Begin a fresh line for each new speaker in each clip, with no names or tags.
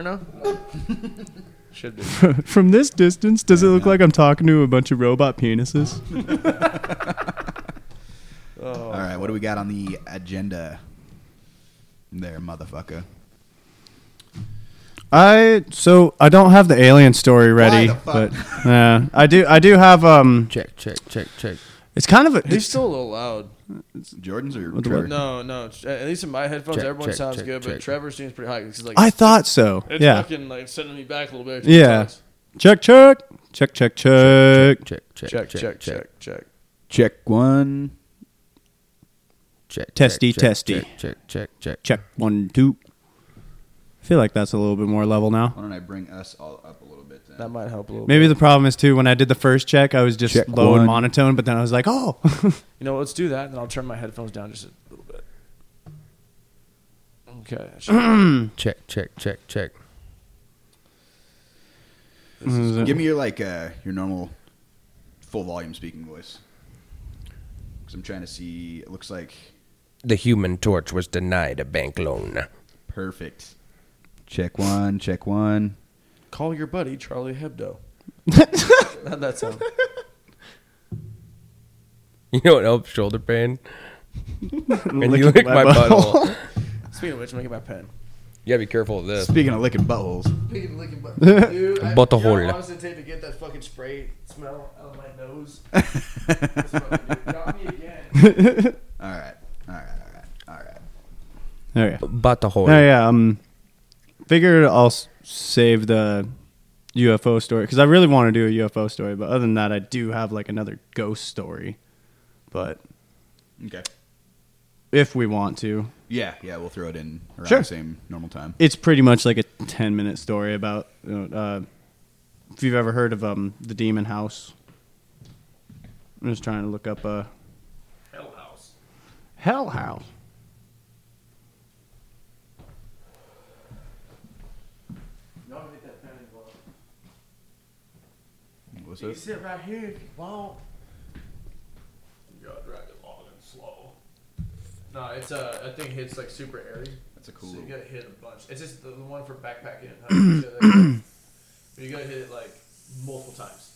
enough? Should be.
From this distance, does it look like I'm talking to a bunch of robot penises?
Oh.
All right, what do we got on the agenda? There, motherfucker.
I so I don't have the alien story ready,
the fuck?
but yeah, I do. I do have. Um,
Check, check, check, check.
it's kind of a.
He's still a little loud.
Jordan's or
What the-
Trevor?
No, no. tr- At least in my headphones,
Check,
everyone
check,
sounds
check,
good,
check.
but Trevor seems pretty high because like
I thought so.
it's
Yeah.
fucking like sending me back a little bit.
Yeah. Check check check check check.
Check, check,
Check, check, check, check.
Check one.
check.
Testy,
check,
testy.
Check, check, check, check.
Check one two. I feel like that's a little bit more level now.
Why don't I bring us all up a little bit then?
That might help a little.
Maybe the problem is too when I did the first check, I was just
Check
low
one.
and monotone, but then I was like, oh,
bit. You know, let's do that, and I'll turn my headphones down just a little bit. Okay. I should-
Check, check, check, check.
Mm-hmm.
Give me your like uh, your normal full volume speaking voice. Cause I'm trying to see. It looks like
The Human Torch was denied a bank loan.
perfect. Check one. Check one.
Call your buddy Charlie Hebdo. How'd that sound?
You know what helps shoulder pain? and you
Licking
lick
Mm, my
my
butthole.
butthole.
Speaking of which, I'm making my pen.
You gotta be careful of this.
Speaking of licking buttholes,
Speaking of licking butt, dude, I,
Butthole.
you know how long does it take to get that fucking spray smell out of my nose? This fucking dude got me again.
all right, all right, all right, all right.
Okay.
Butthole.
Oh yeah, um, figured I'll s- save the UFO story because I really want to do a UFO story. But other than that, I do have like another ghost story. But
Okay.
if we want to,
Yeah, yeah. We'll throw it in around
Sure.
the same normal time.
it's pretty much like a ten minute story about you know, uh, if you've ever heard of um the Demon House. I'm just trying to look up uh, a
Hell house.
Hell House.
Y'all can get that pen involved.
What's
You can
this?
sit right here if you want. You gotta drag it long and slow. No, it's uh, that thing hits like super airy.
That's a cool.
So you
little-
gotta hit a bunch. It's just the, the one for backpacking. and hunting. but you gotta hit it like multiple times.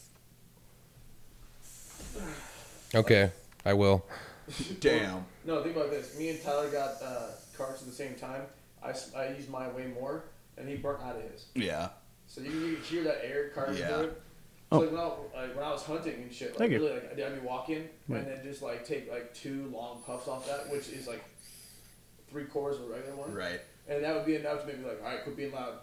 Okay, I will.
Damn.
No, think about this. Me and Tyler got uh, carts at the same time. I, s- I used mine way more, and he burnt out of his.
Yeah.
So you, you could hear that air carving
Yeah.
through it. So
Oh.
like when, I, like when I was hunting and shit, like
Thank you.
really, like I'd be walking and then just like take like two long puffs off that, which is like three quarters of a regular one,
Right.
and that would be enough to make me like, all right, quit being loud.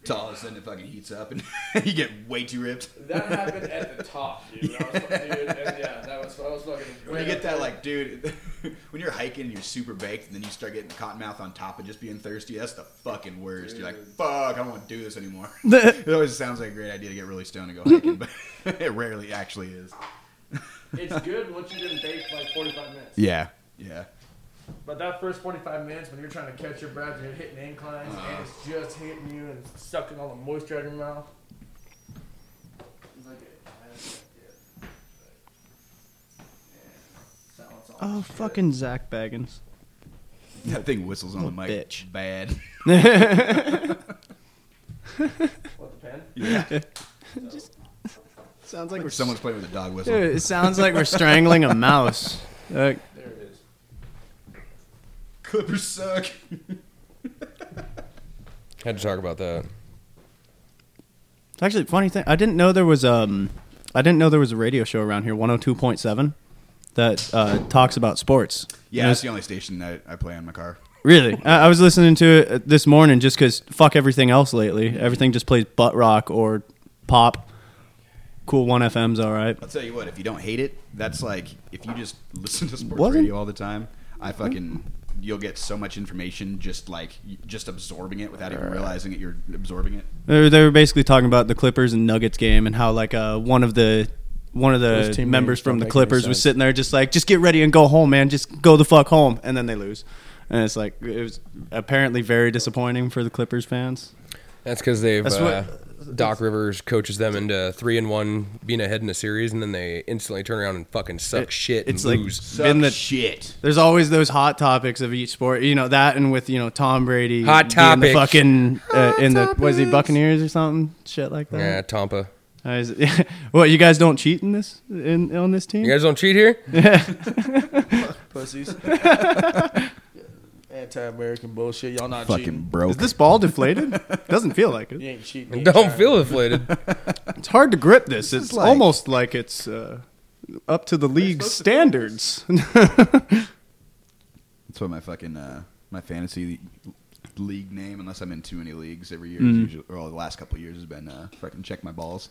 It's all of a sudden it fucking heats up and you get way too ripped.
That happened at the top, dude. I was, fucking- dude and yeah, that was I was fucking.
When you get that, like, dude, when you're hiking and you're super baked, and then you start getting cottonmouth on top of just being thirsty, that's the fucking worst. You're like, fuck, I don't want to do this anymore. it always sounds like a great idea to get really stoned and go hiking, but it rarely actually is.
it's good once you didn't bake for like 45 minutes.
Yeah, yeah.
But that first 45 minutes when you're trying to catch your breath and you're hitting inclines and it's just hitting you and sucking all the moisture out of your mouth. It's like, yeah, that's it. Yeah, silence all
Oh
this shit.
fucking Zach Baggins.
That thing whistles on the
Little
mic.
bitch.
Bad.
What, the pen?
Sounds like
Or
we're
someone's playing with a dog whistle.
Dude, it sounds like we're strangling a mouse. Like,
There it is.
Clippers suck.
Had to talk about that.
It's actually a funny thing. I didn't know there was um I didn't know there was a radio show around here, 102.7, that uh, talks about sports.
Yeah,
And
that's
it's-
the only station that I play on my car.
really. I, I was listening to it uh, this morning just because fuck everything else lately. Everything just plays butt rock or pop. Cool one FM's all right.
I'll tell you what, if you don't hate it, that's like if you just listen to sports
Wasn't-
radio all the time, I fucking you'll get so much information just like y- just absorbing it without even realizing that you're absorbing it.
They were, they were basically talking about the Clippers and Nuggets game and how like uh, one of the one of
Those
the
team
members
names
from
don't
the
make any
Clippers was
sense.
sitting there just like, just get ready and go home, man. Just go the fuck home, and then they lose. And it's like it was apparently very disappointing for the Clippers fans.
That's because they've
That's
uh, Doc Rivers coaches them into three and one being ahead in a series, and then they instantly turn around and fucking suck
It-
shit and
it's like
lose.
been the
shit.
there's always those hot topics of each sport. You know that, and with you know Tom Brady,
Hot
being the
topic.
fucking uh, in the was he Buccaneers or something, shit like
yeah,
that.
Tampa.
Uh, is it- what you guys don't cheat in this in on this team?
You guys don't cheat here.
Pussies. Anti-American bullshit. Y'all not cheating.
Is this ball deflated? Doesn't feel like
You
it.
ain't cheating. you ain't
Don't
trying.
feel deflated.
It's hard to grip this. It's
is like-
almost like it's uh, up to the league's
supposed to-
standards.
That's what my fucking uh, my fantasy league name, unless I'm in too many leagues every year,
Mm.
is usually, or the last couple of years has been uh, fucking check my balls.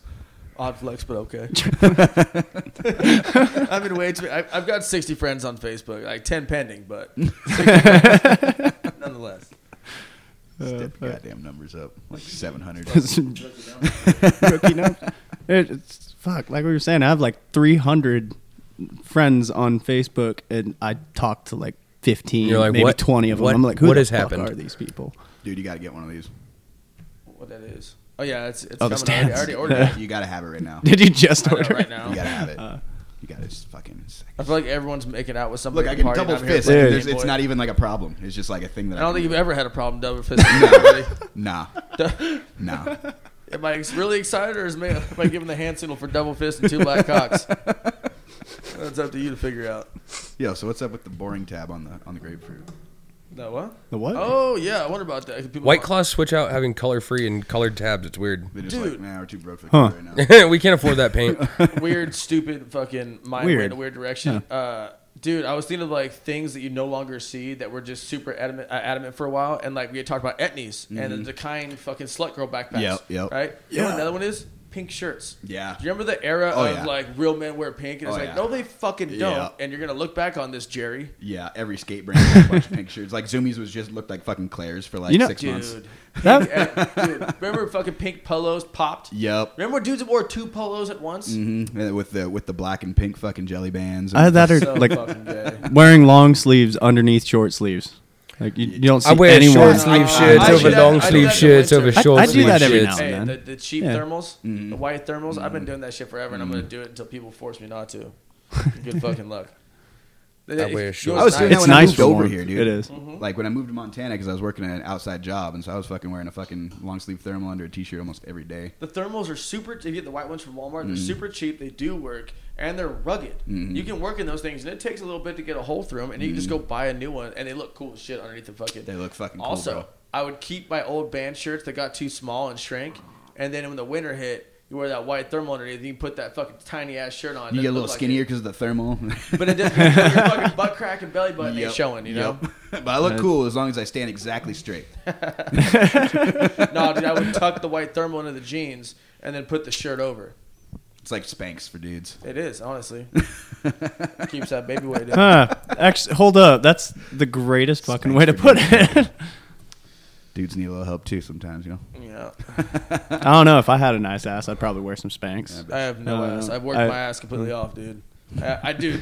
Odd flex, but okay. I've been way too. I- I've got 60 friends on Facebook, like 10 pending, but nonetheless.
Uh,
Step your goddamn numbers up, like 700.
Rookie notes. It- it's fuck. Like we were saying, I have like 300 friends on Facebook, and I talk to like 15,
You're like,
maybe
what-
20 of them.
what-
I'm like, who
what
the
has
fuck
happened?
are these people?
Dude, you gotta get one of these.
What that is? Oh yeah, it's it's
Oh, the
coming. already. I
stands.
already ordered it.
You gotta have it right now.
Did you just
I got
order?
it right now.
You gotta have it. you gotta just fucking.
I feel like everyone's making out with somebody.
Look, I
at the
can
party,
double
and I'm here
fist.
playing
Like,
Dude.
there's-
Game
it's
Boy.
not even like a problem. It's just like a thing that
I
I,
don't
can
think you've
do.
ever had a problem double fisting.
Nah,
anybody.
nah.
Am I really excited, or is may, am I giving the hand signal for double fist and two black cocks? That's up to you to figure out.
Yo, so what's up with the boring tab on the on the grapefruit?
No what?
The what?
Oh yeah, I wonder about that. People
White claws switch out having color free and colored tabs. It's weird.
They're just like,
Dude.
man, we're too broke for the
Huh.
right now.
we can't afford that paint.
weird, stupid, fucking mind weird.
Weird.
in a weird direction. Uh, dude, I was thinking of like things that you no longer see that were just super adamant, uh, adamant for a while, and like we had talked about etnies and the, the kind fucking slut girl backpacks.
Yep, yep.
Right. You know what
Yeah.
another one is pink shirts.
Yeah.
Do you remember the era
Oh,
of
yeah.
like real men wear pink? And it's
Oh,
like,
yeah.
no, they fucking don't.
Yeah.
And you're gonna look back on this, Jerry.
Yeah, every skate brand has a bunch of pink shirts. Like Zoomies was just looked like fucking Claire's for like
You know-
six months.
Dude.
That-
Pink et- dude, remember fucking pink polos popped?
Yep.
Remember dudes that wore two polos at once?
Mm-hmm. And With the with the black and pink fucking jelly bands.
I had that or
So
like
fucking gay.
wearing long sleeves underneath short sleeves. Like you, you don't see
I wear
anyone.
short
I-
sleeve
I-
shirts
I do
over
that- I
long
do
sleeve
that in
shirts
winter.
over
I-
short
I do
sleeve
that every
shirts.
now and
Hey,
then.
the, the cheap
Yeah.
thermals, the white thermals. I've been doing that shit forever, and I'm gonna do it until people force me not to. Good fucking luck.
I wish
You know
I
what's
was
nice?
doing that
it's
when I
nice
moved
for
over
warmth.
here, dude.
It is.
Mm-hmm. Like when I moved to Montana because I was working at an outside job, and so I was fucking wearing a fucking long sleeve thermal under a t shirt almost every day.
The thermals are super. If you get the white ones from Walmart,
Mm-hmm.
they're super cheap. They do work, and they're rugged. You can work in those things, and it takes a little bit to get a hole through them. And you can just go buy a new one, and they look cool as shit underneath the fucking.
Mm-hmm. They look fucking cool,
Also,
bro.
I would keep my old band shirts that got too small and shrank, and then when the winter hit, you wear that white thermal underneath, and you put that fucking tiny ass shirt on. It
You get a
doesn't
little
look like
skinnier
it.
because of the thermal.
but it doesn't. your fucking butt crack and belly button
Yep.
ain't showing, you know.
Yep. but I look cool as long as I stand exactly straight.
no, dude, I would tuck the white thermal into the jeans and then put the shirt over.
It's like Spanx for dudes.
It is honestly keeps that baby weight. in.
Huh. Actually, hold up. That's the greatest fucking way to put it.
Dudes need a little help too sometimes, you know.
Yeah,
I don't know. If I had a nice ass, I'd probably wear some Spanx.
I have no
Uh,
ass. I've worked
I-
my ass completely off, dude. I, I do,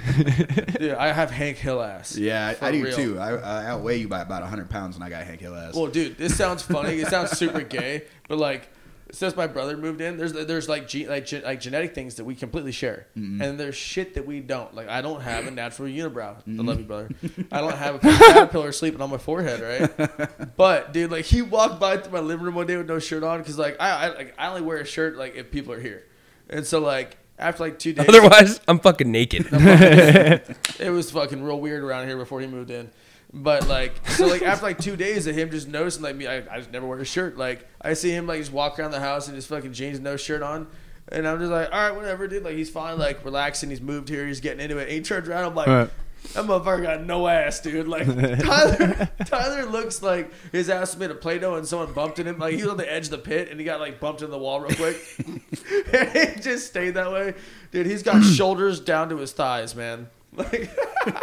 dude. I have Hank Hill ass.
Yeah,
For
I, I do
real.
too. I, I outweigh you by about 100 pounds, and I got Hank Hill ass.
Well, dude, this sounds funny. It sounds super gay, but like since my brother moved in, there's there's like ge- like, gen- like genetic things that we completely share, and there's shit that we don't. Like I don't have a natural unibrow. I love you, brother. I don't have a caterpillar sleeping on my forehead, right? But dude, like he walked by through my living room one day with no shirt on, because like I I, like, I only wear a shirt like if people are here, and so like after like two days,
Otherwise, I'm fucking naked.
it was fucking real weird around here before he moved in. But like, so like after like two days of him just noticing like me, I, I just never wear a shirt. Like I see him like just walk around the house in his fucking jeans, no shirt on, and I'm just like, all right, whatever, dude. Like he's fine, like relaxing. He's moved here. He's getting into it. And he turns around. I'm like.
Right.
That motherfucker got no ass, dude. Like Tyler, Tyler looks like his ass was made of Play-Doh and someone bumped in him. Like he was on the edge of the pit and he got like bumped in the wall real quick. and it just stayed that way, dude. He's got shoulders down to his thighs, man. Like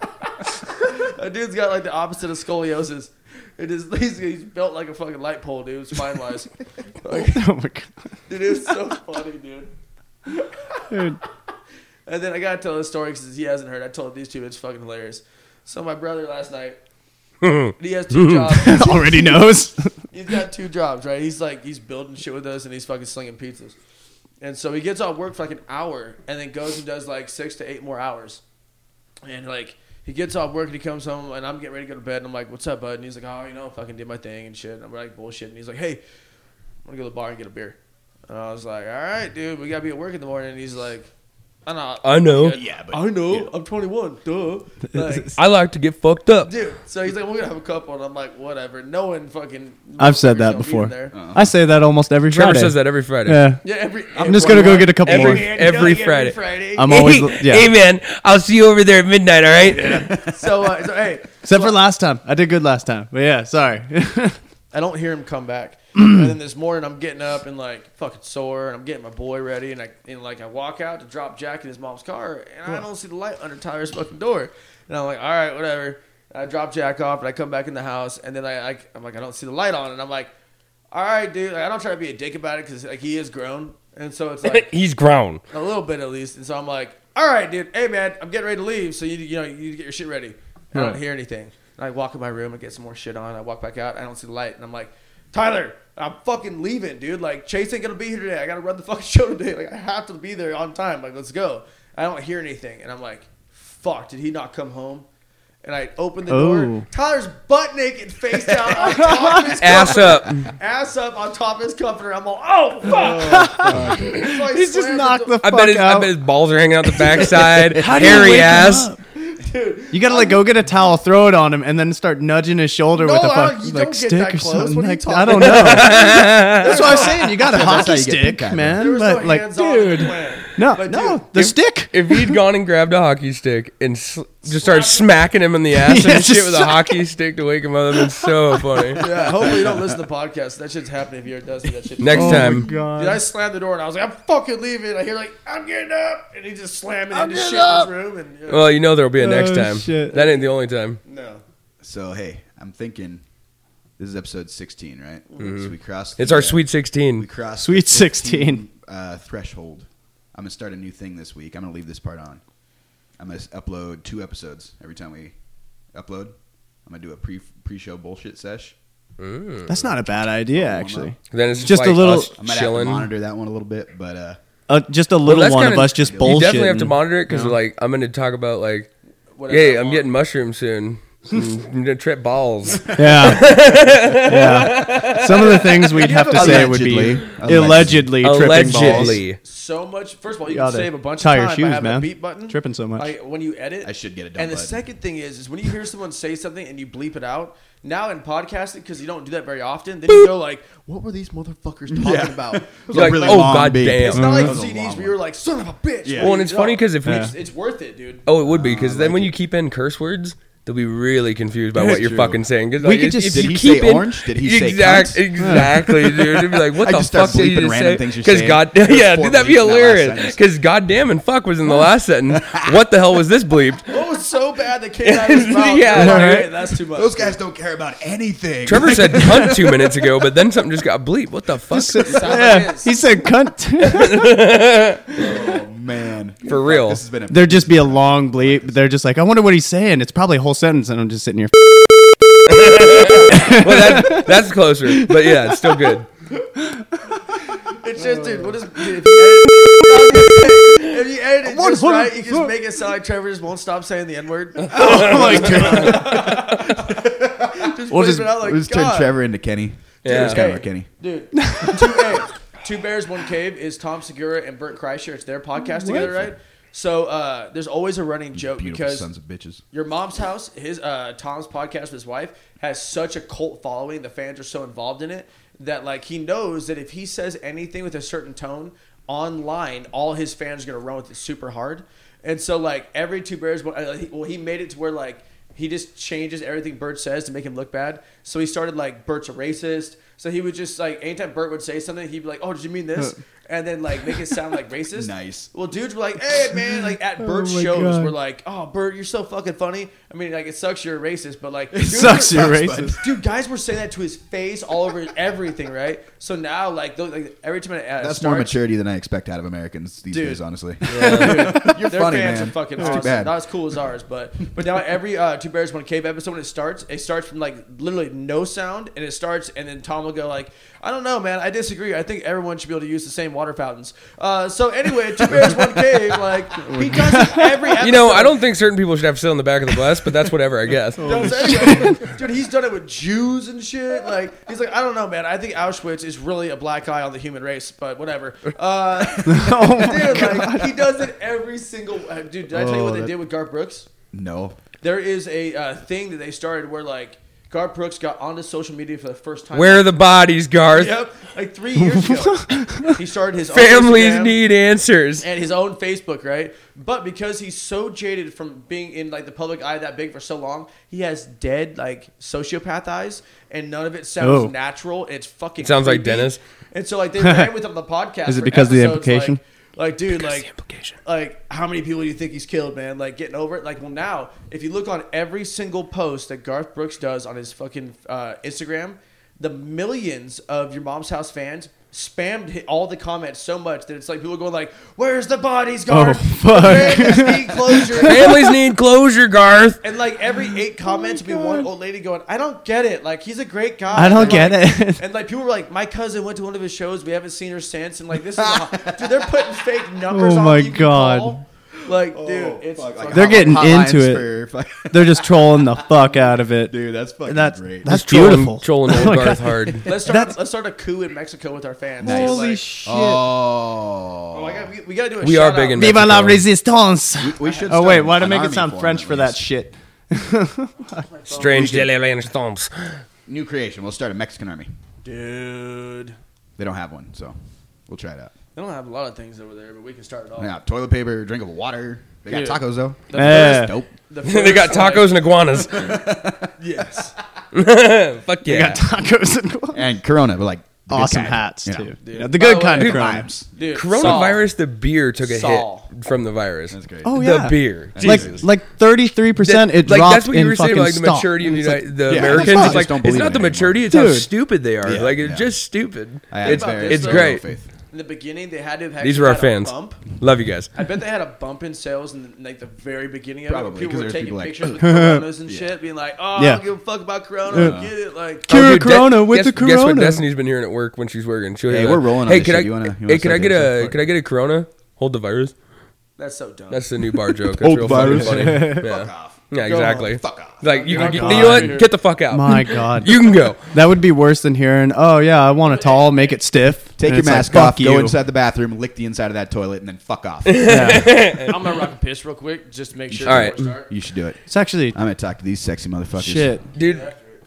that dude's got like the opposite of scoliosis. It is he's, he's built like a fucking light pole, dude. Spine wise, like,
oh my god.
dude, it's so funny, dude.
Dude.
And then I gotta tell this story because he hasn't heard. I told these two. It's fucking hilarious. So my brother last night, He has two jobs.
Already knows.
he's got two jobs, right? He's like he's building shit with us, and he's fucking slinging pizzas. And so he gets off work for like an hour, and then goes and does like six to eight more hours. And like he gets off work, and he comes home, and I'm getting ready to go to bed, and I'm like, "What's up, bud?" And he's like, "Oh, you know, fucking did my thing and shit." And I'm like, "Bullshit." And he's like, "Hey, I'm gonna go to the bar and get a beer." And I was like, "All right, dude, we gotta be at work in the morning." And he's like, "I know,
I know.
Yeah, but
I know,
Yeah.
I'm 21, duh." Like,
I like to get fucked up.
dude. So he's like, "We're gonna have a couple," and I'm like, "Whatever." No one fucking.
I've said that
don't be
before.
in there.
I say that almost every
Uh-uh. Trevor
Friday.
says that every Friday.
Yeah.
Yeah, every.
I'm just gonna go get a couple
Every-
more. Um,
every Friday.
I'm always yeah.
man, I'll see you over there at midnight. All right.
so, uh, so hey,
Except for last time, I did good last time. But yeah, sorry.
I don't hear him come back. and then this morning, I'm getting up and like fucking sore, and I'm getting my boy ready, and I and like I walk out to drop Jack in his mom's car, and I don't see the light under Tyler's fucking door, and I'm like, all right, whatever. And I drop Jack off, and I come back in the house, and then I, I I'm like, I don't see the light on, and I'm like, all right, dude. Like, I don't try to be a dick about it because like he is grown, and so it's like.
He's grown.
a little bit at least. And so I'm like, all right, dude. Hey, man, I'm getting ready to leave. So you, you know, you need to get your shit ready. And I don't
Right.
hear anything. And I walk in my room and get some more shit on. I walk back out. I don't see the light. And I'm like, Tyler, I'm fucking leaving, dude. Like Chase ain't gonna be here today. I gotta run the fucking show today. Like I have to be there on time. Like let's go. I don't hear anything. And I'm like, fuck, did he not come home? And I open the
Oh.
door. Tyler's butt naked, face down, on top of his
Ass
comforter.
up.
ass up on top of his comforter. I'm all, oh fuck! So I
He's just
slammed
knocked
door.
the
I
fuck
bet, his, I
out.
bet his balls are hanging out the backside.
How do you wake
hairy
him
ass.
up? You gotta like go get a towel, throw it on him, and then start nudging his shoulder
No,
with a
I don't-
fuck,
you
like
don't get
stick
that
or
close.
something.
What are you
Like,
talking
I don't know. That's what I'm saying. You got a
how
hockey
you get
stick,
pink eye, bro.
There
man.
was
But
no
like,
hands-on in the
dude,
plan.
no,
But, dude,
no, the stick.
If he'd gone and grabbed a hockey stick and sl- just started smacking him in the ass
Yeah,
and shit
just
with a
smack
hockey stick to wake him up, that'd been so funny.
Yeah, hopefully you don't listen to podcasts. That shit's happening if you ever does do that shit.
Next
Oh my
time,
god.
Dude, I slammed the door and I was like, I'm fucking leaving. I hear like, I'm getting up, and he just slamming into shit in his room. And yeah.
well, you know there'll be a next
Oh,
time.
shit.
That ain't the only time.
no,
So hey, I'm thinking this is episode 16, right?
Mm-hmm.
So we crossed.
It's
the,
our
uh,
sweet
We
16.
crossed
Sweet
the 15,
16.
uh, threshold. I'm gonna start a new thing this week. I'm gonna leave this part on. I'm gonna s- upload two episodes every time we upload. I'm gonna do a pre pre show bullshit sesh.
That's not a
Oh,
bad idea, actually.
Then it's just,
Just a
like
little-
us
I might have
chilling.
to monitor that one a little bit, but uh,
Uh, just a
Well,
little
that's
one of
kinda-
us just bullshit.
You definitely have to monitor it because like I'm going to talk about like,
whatever.
hey,
I
I'm
want.
getting mushrooms soon. Mm, I'm gonna trip balls.
Yeah. yeah. Some of the things we'd have to say would be
Allegedly.
allegedly, tripping
Allegedly,
so much. First of all, you,
gotta
can save a bunch of
tie your
time by
shoes,
having a
man.
beat button.
Tripping so much.
Like, when you edit,
I should get it done.
And the
bud.
second thing is, is when you hear someone say something and you bleep it out. Now in podcasting, because you don't do that very often, then you go like, "What were these motherfuckers talking
Yeah.
about?"
It was
You're
a
like, oh,
long
God
beat.
damn.
It's not like
That was a long
CDs
one.
where you're like, "Son of a bitch."
Yeah.
Well, and it's funny because if we,
It's, it's worth it, dude.
oh, it would be because then when you keep in curse words, they'll be really confused by what you're
true.
fucking saying. 'Cause,
We
like,
could
if-
just-
if
Did
you
he
keep
say
in-
orange? Did he say
exact,
cunt?
Exactly, dude. It'd be like, what
I
the
just start
fuck did you
bleeping
just
random
say?
things you're
Because
saying.
god,
There's
yeah,
four
dude, that'd be
bleeps in that last
hilarious.
sentence.
Because goddamn and fuck was in the last sentence. What the hell was this bleeped?
What was so bad that came out of his mouth?
Yeah,
You're like,
right.
"Hey, that's too much.
Those guys don't care about anything.
Trevor said cunt two minutes ago, but then something just got bleeped. What the fuck?
yeah. He said cunt.
oh man,
For real.
This has been a
There'd just be a long bleep. But they're just like, I wonder what he's saying. It's probably a whole sentence. And I'm just sitting here.
well, that, that's closer, but yeah, it's still good.
It's just, dude, what is. Dude, if you edit, if you edit it just
100
right, you just make it sound like Trevor just won't stop saying the N word.
Oh my God.
Just
We'll
we'll
just-
it out like,
We'll just
God.
turn Trevor into Kenny.
Yeah.
Trevor's kind of
Hey.
a Kenny.
Dude, two, hey, two Bears, One Cave is Tom Segura and Burt Kreischer. It's their podcast together, right? So uh, there's always a running joke
Beautiful
because
sons of bitches.
your mom's house, his uh, Tom's podcast with his wife has such a cult following. The fans are so involved in it that like he knows that if he says anything with a certain tone online, all his fans are gonna run with it super hard. And so like every two bears, well, he- well, he made it to where like he just changes everything Bert says to make him look bad. So he started like Bert's a racist. So he would just like anytime Bert would say something, he'd be like, "Oh, did you mean this?" and then like make it sound like racist.
Nice.
Well, dudes were like, "Hey, man!" Like at Bert
my
shows,
God.
we're like, "Oh, Bert, you're so fucking funny." I mean, like it sucks you're a racist, but like it
Sucks, you're
Sucks,
racist.
Dude, guys were saying that to his face, all over everything, right? So now, like, those, like every time I uh,
That's
start,
more maturity than I expect out of Americans these
Dude.
days, honestly.
You're Their
funny,
fans
man.
are fucking
That's too
awesome.
bad.
Not as cool as ours, but but now every uh, Two Bears One Cave episode when it starts, it starts from like literally no sound, and it starts, and then Tom will go like, "I don't know, man. I disagree. I think everyone should be able to use the same water fountains." Uh, so anyway, Two Bears One Cave, like he does it every. Episode.
You know, I don't think certain people should have to sit on the back of the bus, but that's whatever, I guess.
Does anyway. Dude, he's done it with Jews and shit. Like he's like, I don't know, man. I think Auschwitz is really a black eye on the human race, but whatever. Uh, dude, like he does it every single. uh, Dude, did I tell you
Oh,
what they
that-
did with Garth Brooks?
No.
There is a uh, thing that they started where like Garth Brooks got onto social media for the first time.
Where are the bodies, Garth?
Yep, like three years ago, he started his own
Families
Instagram
need answers.
and his own Facebook, right? But because he's so jaded from being in like the public eye that big for so long, he has dead like sociopath eyes, and none of it sounds
Oh.
natural. It's fucking
Sounds like
creepy.
Dennis.
And so like they ran with him on the podcast.
Is it
for
because of the
episodes,
implication?
Like, like, dude,
Because
like
the implication.
like how many people do you think he's killed, man? Like getting over it. Like well, now if you look on every single post that Garth Brooks does on his fucking uh, Instagram, the millions of your mom's house fans spammed hi- all the comments so much that it's like people going like, "Where's the bodies, Garth?
Oh, fuck.
Where's the closure?"
Families need closure, Garth.
And like every eight comments would be one old lady going, "I don't get it. Like he's a great guy.
I
And,
don't get
like-
it.
And like people were like, "My cousin went to one of his shows. We haven't seen her since." And like this is, a, dude, they're putting fake numbers.
Oh
on
my
you can
God.
call. Like, dude, it's
Oh, fuck, like
fucking-
They're
hot-
getting
hotlines
into it.
for-
They're just trolling the fuck out of it,
Dude, that's fucking
That's
great.
that's
Just trolling-
beautiful.
Trolling old Garth hard.
Let's start.
That's-
Let's start a coup in Mexico with our fans.
Nice.
Like,
Holy shit!
oh.
oh my God, we, we gotta do a.
We are
shout
big
out.
in-
Viva la
Mexico.
resistance!
we should
Oh
start
wait, why to
an
make it
army
sound
form,
French
at
for that
least.
shit?
Strange Delian Stomps.
New creation. We'll start a Mexican army.
dude.
They don't have one, so we'll try it out.
They don't have a lot of things over there, but we can start it off.
Yeah, toilet paper, drinkable water. They got
Dude.
tacos though.
The
Eh.
first-
Dope.
the
they got
first, like-
tacos and iguanas.
yes,
Fuck
They
yeah.
got tacos and
And Corona, but like the good
awesome
kind.
hats
You know,
too.
Dude.
You know, the
By
good
the
kind
way-
of
Good
crimes.
vibes.
dude.
Coronavirus, the beer took a
Saul.
hit from the virus.
That's great.
Oh
The
yeah,
beer.
Like
Jesus.
like thirty three percent. It
like
dropped
that's what you
in
were saying
fucking
about like the
stock.
maturity of the,
It's like-
United, the
yeah,
Americans.
fuck,
It's
just
like
don't
it's
believe
not
it
the
anymore.
maturity; it's how
Dude.
stupid they are.
Yeah,
like it's
yeah.
just stupid.
I-
it's
it's
about
very,
this,
it's
though?
very
Great.
little faith.
In the beginning, they had to have.
These were our
had a
fans.
Bump.
Love you guys.
I bet they had a bump in sales in like the very beginning of
Probably,
it. People
'cause
were
there's
taking
people like,
pictures with coronas and shit, being like, "Oh, I
Yeah.
don't give a fuck about corona.
Yeah.
Get it?" Like,
Cure
dude, De-
Corona with
guess,
the
Guess what
Corona.
Destiny's been hearing at work when she's working. She'll
Hey,
hear,
we're
like,
rolling on
Hey,
this
can
shit.
I?
You wanna- you wanna
hey, can
suck
I get
it or
a?
suck?
Can I get a Corona? Hold the virus.
that's so dumb.
That's the new bar joke. That's
Hold
real
the
fucking
virus.
funny.
Fuck
Yeah.
off.
Yeah, exactly.
Fuck off.
Like you,
Fuck
you,
off.
you know
Here.
what? Get the fuck out.
My God,
You can go.
that would be worse than hearing. Oh yeah, I want a tall, make it stiff.
Take
And
your
it's like,
mask
fuck
off, go
you.
inside the bathroom, lick the inside of that toilet, and then fuck off.
Yeah.
I'm gonna rock a piss real quick just to make sure.
All
before
right.
we start.
you should do it.
It's actually
I'm gonna talk to these sexy motherfuckers.
shit.
Dude,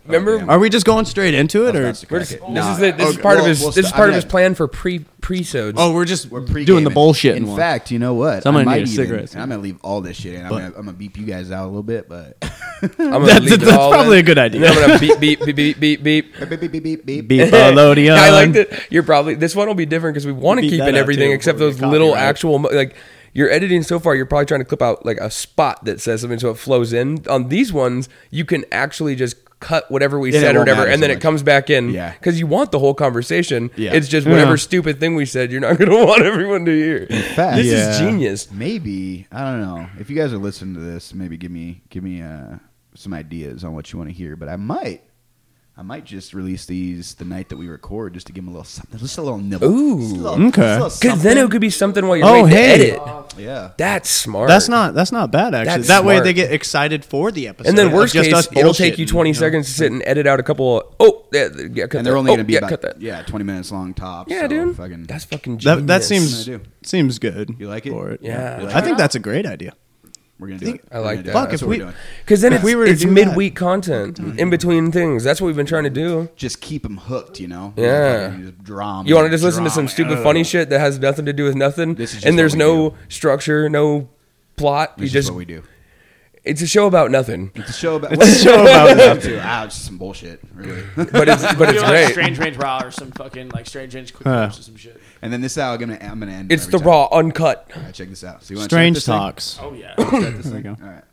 remember
Are we just going straight into it, or
That's to
We're
crack
just-
it.
this
Nah,
is the, this is
okay,
part of
we'll-
his
we'll
this is
st-
part
I
of his
mean,
plan for pre pre-sodes.
oh, we're just
We're pre-gaming.
doing the bullshit?
In
one.
fact, you know what?
So I'm gonna
I
need
might
a
even-
cigarette.
I'm gonna leave all this shit in. I'm gonna, I'm gonna beep you guys out a little bit, but
I'm gonna
that's,
leave it
that's
all
probably a
in.
good
And then
idea.
I'm gonna beep beep beep beep beep beep.
beep beep beep beep beep.
Be
Yeah,
Nickelodeon.
I like that. You're probably this one will be different because we want to
Beat
keep
Um, that
in
out,
everything
too,
except
before we
those little
copyright.
actual mo- like you're editing so far. You're probably trying to clip out like a spot that says something so it flows in. On these ones, you can actually just cut whatever we
Yeah, it
said or
won't
whatever,
matter
and
so
then it
much.
comes back in.
Yeah.
because you want the whole conversation.
Yeah.
it's just whatever
Yeah.
stupid thing we said. You're not gonna want everyone to hear.
fact-
this is
Yeah.
genius.
Maybe I don't know if you guys are listening to this. Maybe give me give me uh, some ideas on what you want to hear. But I might I might just release these the night that we record just to give them a little something, just a little nibble.
Ooh.
Just a little- just a
Okay.
little
Because then
something.
it could be something while you're
Oh,
waiting to
hey.
edit.
yeah.
That's smart.
That's not that's not bad actually.
That's
that way
smart.
they get excited for the episode.
And then
of
worst
just
case,
us
it'll take you
bullshitting,
20
know?
seconds to sit and edit out a couple. Of, oh, yeah, th- yeah, cut
And
that.
they're only
oh,
gonna be
yeah,
about
cut that.
yeah twenty minutes long top.
Yeah,
so
dude.
Fucking,
That's fucking genius.
That that seems
I do.
seems good.
You like it?
For it.
Yeah. You like
I think that's a great idea.
we're gonna do it.
I
We're
like
gonna do it.
that. Fuck,
That's
if
what we're
we-
doing.
Because then
If
it's,
we were to
it's
do that-
midweek content in between things. That's what we've been trying to do.
Just keep them hooked, you know.
Yeah.
Fucking Just draw 'em
You want to
in,
just listen to
draw
some
'em
stupid,
in.
funny shit that has nothing to do with nothing,
This is just
and there's
what we
no structure, no plot.
This
you
is
just
what we do.
it's a show about nothing,
It's a show about.
It's a show about
that too. Ah, it's just some bullshit, really.
but it's but
You
it's
know, like
great.
Strange Range Raw or some fucking like Strange Range Quick
Huh.
Clips or some shit.
And then this is how I'm gonna I'm gonna end.
It's
every
the
time.
raw, uncut.
All right, check this out. So you want
Strange talks.
Oh yeah.
There we go.
All right.